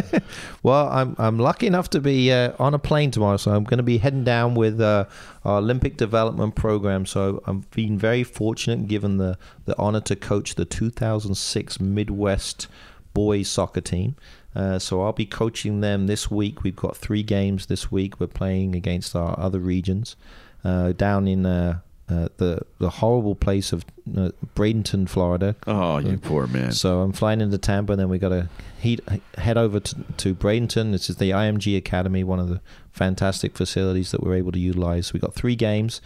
well, I'm I'm lucky enough to be uh, on a plane tomorrow, so I'm going to be heading down with uh, our Olympic Development Program. So I'm being very fortunate, and given the the honor to coach the 2006 Midwest boys soccer team. Uh, so I'll be coaching them this week. We've got three games this week. We're playing against our other regions uh, down in. Uh, uh, the the horrible place of uh, Bradenton, Florida.
Oh, you poor man.
So I'm flying into Tampa, and then we got to heat, head over to, to Bradenton. This is the IMG Academy, one of the fantastic facilities that we're able to utilize. We got three games.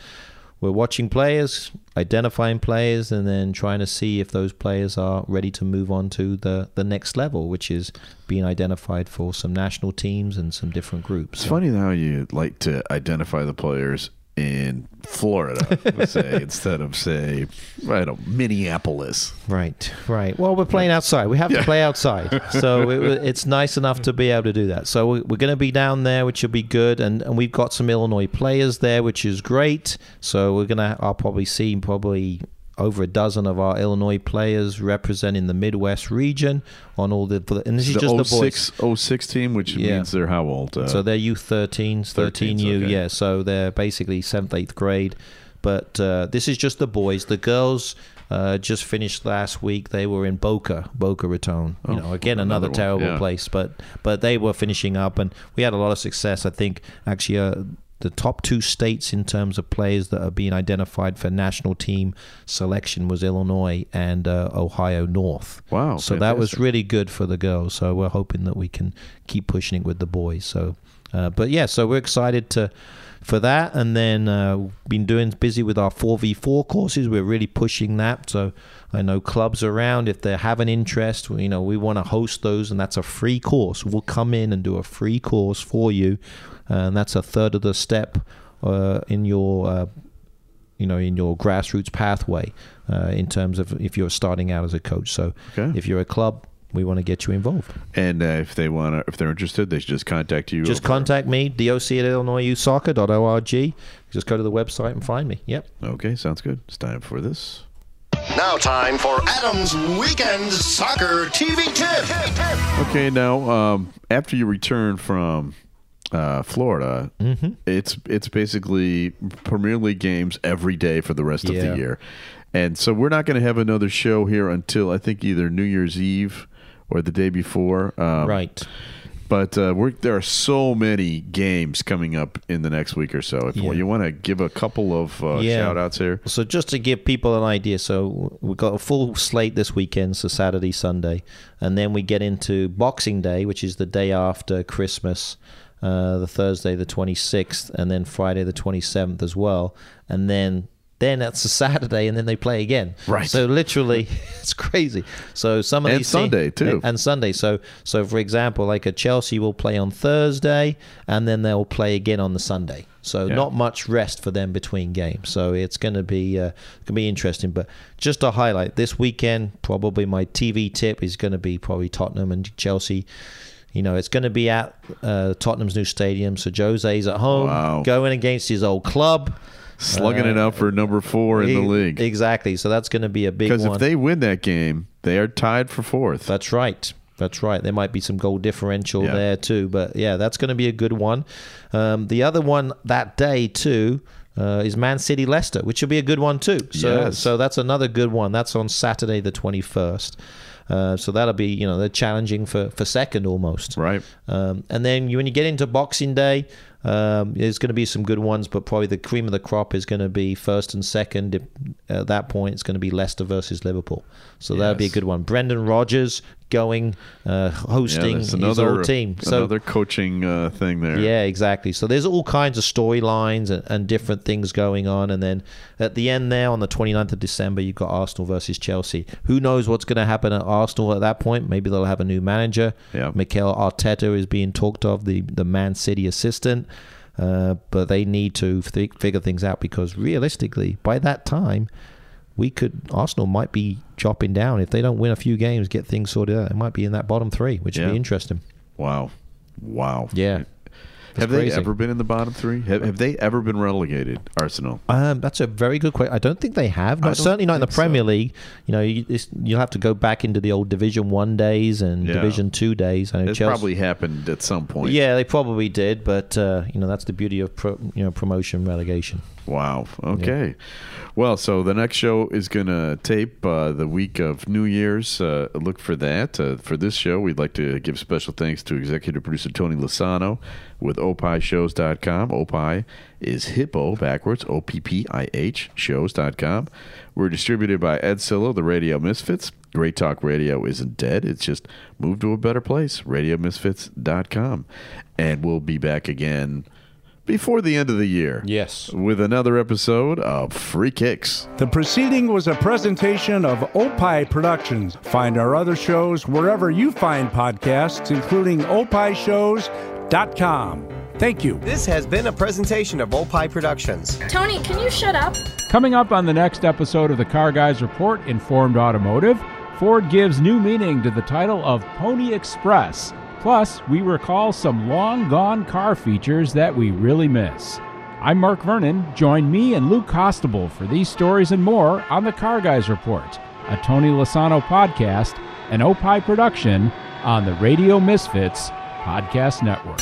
We're watching players, identifying players, and then trying to see if those players are ready to move on to the, the next level, which is being identified for some national teams and some different groups.
It's funny how you like to identify the players in Florida, let's say, instead of say, I don't know, Minneapolis.
Right, right. Well, we're playing outside. We have to play outside, so it, it's nice enough to be able to do that. So we- we're going to be down there, which will be good, and, and we've got some Illinois players there, which is great. So we're gonna I'll probably see probably over a dozen of our Illinois players representing the Midwest region on all the and this is
the
just the oh boys.
06, 06 team, which
Yeah.
means they're how old? Uh,
so they're youth 13s, 13
13s,
U,
okay.
yeah. So they're basically 7th, 8th grade. But uh, this is just the boys. The girls uh, just finished last week. They were in Boca, Boca Raton. You know,
Oh,
again, another,
another one,
terrible
yeah.
place. But but they were finishing up, and we had a lot of success. I think actually uh, the top two states in terms of players that are being identified for national team selection was Illinois and uh, Ohio North.
Wow,
So that was
fantastic.
really good for the girls. So we're hoping that we can keep pushing it with the boys. So, uh, but yeah, so we're excited to for that, and then uh, we've been doing busy with our four v four courses. We're really pushing that. So I know clubs around if they have an interest, you know, we want to host those, and that's a free course. We'll come in and do a free course for you, and that's a third of the step uh, in your. Uh, you know in your grassroots pathway uh, in terms of if you're starting out as a coach so if you're a club we want to get you involved
and uh, if they want to, if they're interested, they should just contact you.
just contact me doc at illinoisusoccer.org just go to the website and find me yep
okay sounds good it's time for this
Now, time for Adam's Weekend Soccer TV Tip.
Okay, now um, after you return from uh, Florida,
Mm-hmm.
it's it's basically Premier League games every day for the rest of
Yeah.
the year, and so we're not going to have another show here until I think either New Year's Eve or the day before. Um,
Right.
But uh, we're, there are so many games coming up in the next week or so. If
Yeah.
you want to give a couple of uh, shout outs here.
So just to give people an idea, so we've got a full slate this weekend, so Saturday, Sunday, and then we get into Boxing Day, which is the day after Christmas, uh, the Thursday, the twenty sixth, and then Friday, the twenty seventh as well, and then. Then that's a Saturday, and then they play again.
Right.
So literally, it's crazy. So some of
And
these teams-
Sunday, too.
and Sunday. So so for example, like a Chelsea will play on Thursday and then they'll play again on the Sunday. So
Yeah.
not much rest for them between games. So it's going to be uh, going to be interesting. But just to highlight this weekend, probably my TV tip is going to be probably Tottenham and Chelsea. You know, it's going to be at uh, Tottenham's new stadium. So Jose's at home,
Wow.
going against his old club,
Slugging
Uh,
it out for number four in the
e-
league.
Exactly. So that's going to be a big one.
Because if they win that game, they are tied for fourth.
That's right. That's right. There might be some goal differential
Yeah.
there too, but yeah, that's going to be a good one. Um, the other one that day too uh, is Man City Leicester, which will be a good one too. So,
Yes.
so that's another good one. That's on Saturday the twenty first. Uh, so that'll be you know they're challenging for for second almost.
Right.
Um, and then you, when you get into Boxing Day, Um, there's going to be some good ones, but probably the cream of the crop is going to be first and second. If- At that point, it's going to be Leicester versus Liverpool. So that'll be a
Yes.
good one. Brendan Rodgers going, uh, hosting
that's
his old team. So
another coaching uh, thing there.
yeah, exactly. So there's all kinds of storylines and, and different things going on. And then at the end there on the 29th of December, you've got Arsenal versus Chelsea. Who knows what's going to happen at Arsenal at that point? Maybe they'll have a new manager. Yeah. Mikel Arteta is being talked of, the, the Man City assistant. Uh, but they need to fi- figure things out because realistically, by that time, we could Arsenal might be chopping down if they don't win a few games, get things sorted out. They might be in that bottom three, which would
Yeah.
be interesting.
Wow. Wow.
Yeah.
Have
That's
they
crazy.
ever been in the bottom three? Have, have they ever been relegated, Arsenal?
Um, that's a very good question. I don't think they have.
I
No,
don't
certainly not in the
think so.
Premier League. You know, you, it's, you'll have to go back into the old Division One days and
Yeah.
Division Two days. I know
It
Chelsea.
probably happened at some point.
yeah, they probably did, but uh, you know that's the beauty of pro, you know promotion relegation.
Wow. Okay. Well, so the next show is going to tape uh, the week of New Year's. Uh, look for that. Uh, for this show, we'd like to give special thanks to executive producer Tony Lasano with opishows.com. Opie is hippo backwards, O P P I H shows.com. We're distributed by Ed Sillo, the Radio Misfits. Great Talk Radio isn't dead. It's just moved to a better place, radiomisfits.com. And we'll be back again before the end of the year. Yes. With another episode of Free Kicks.
The proceeding was a presentation of Opie Productions. Find our other shows wherever you find podcasts, including opishows.com. Thank you.
This has been a presentation of Opie Productions.
Tony, can you shut up?
Coming up on the next episode of the Car Guys Report Informed Automotive, Ford gives new meaning to the title of Pony Express. Plus, we recall some long gone car features that we really miss. I'm Mark Vernon. Join me and Luke Costable for these stories and more on the Car Guys Report, a Tony Lasano podcast, an Opie production on the Radio Misfits Podcast Network.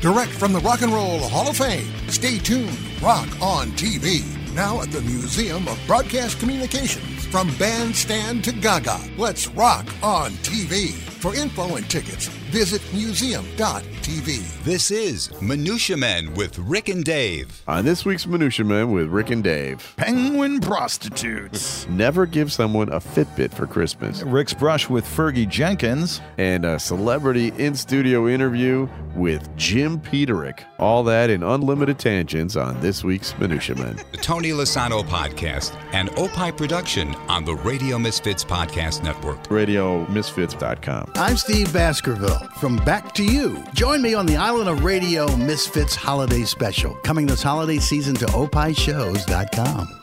Direct from the Rock and Roll Hall of Fame. Stay tuned. Rock on TV. Now at the Museum of Broadcast Communications. From bandstand to gaga. Let's rock on TV. For info and tickets, visit museum.tv.
This is Minutia Men with Rick and Dave.
On this week's Minutia Men with Rick and Dave.
Penguin prostitutes.
Never give someone a Fitbit for Christmas.
Rick's brush with Fergie Jenkins.
And a celebrity in studio interview with Jim Peterick. All that in unlimited tangents on this week's Minutia Men.
The Tony Lasano Podcast, an Opie production on the Radio Misfits Podcast Network.
RadioMisfits.com.
I'm Steve Baskerville from Back to You. Join me on the Island of Radio Misfits Holiday Special, coming this holiday season to opishows.com.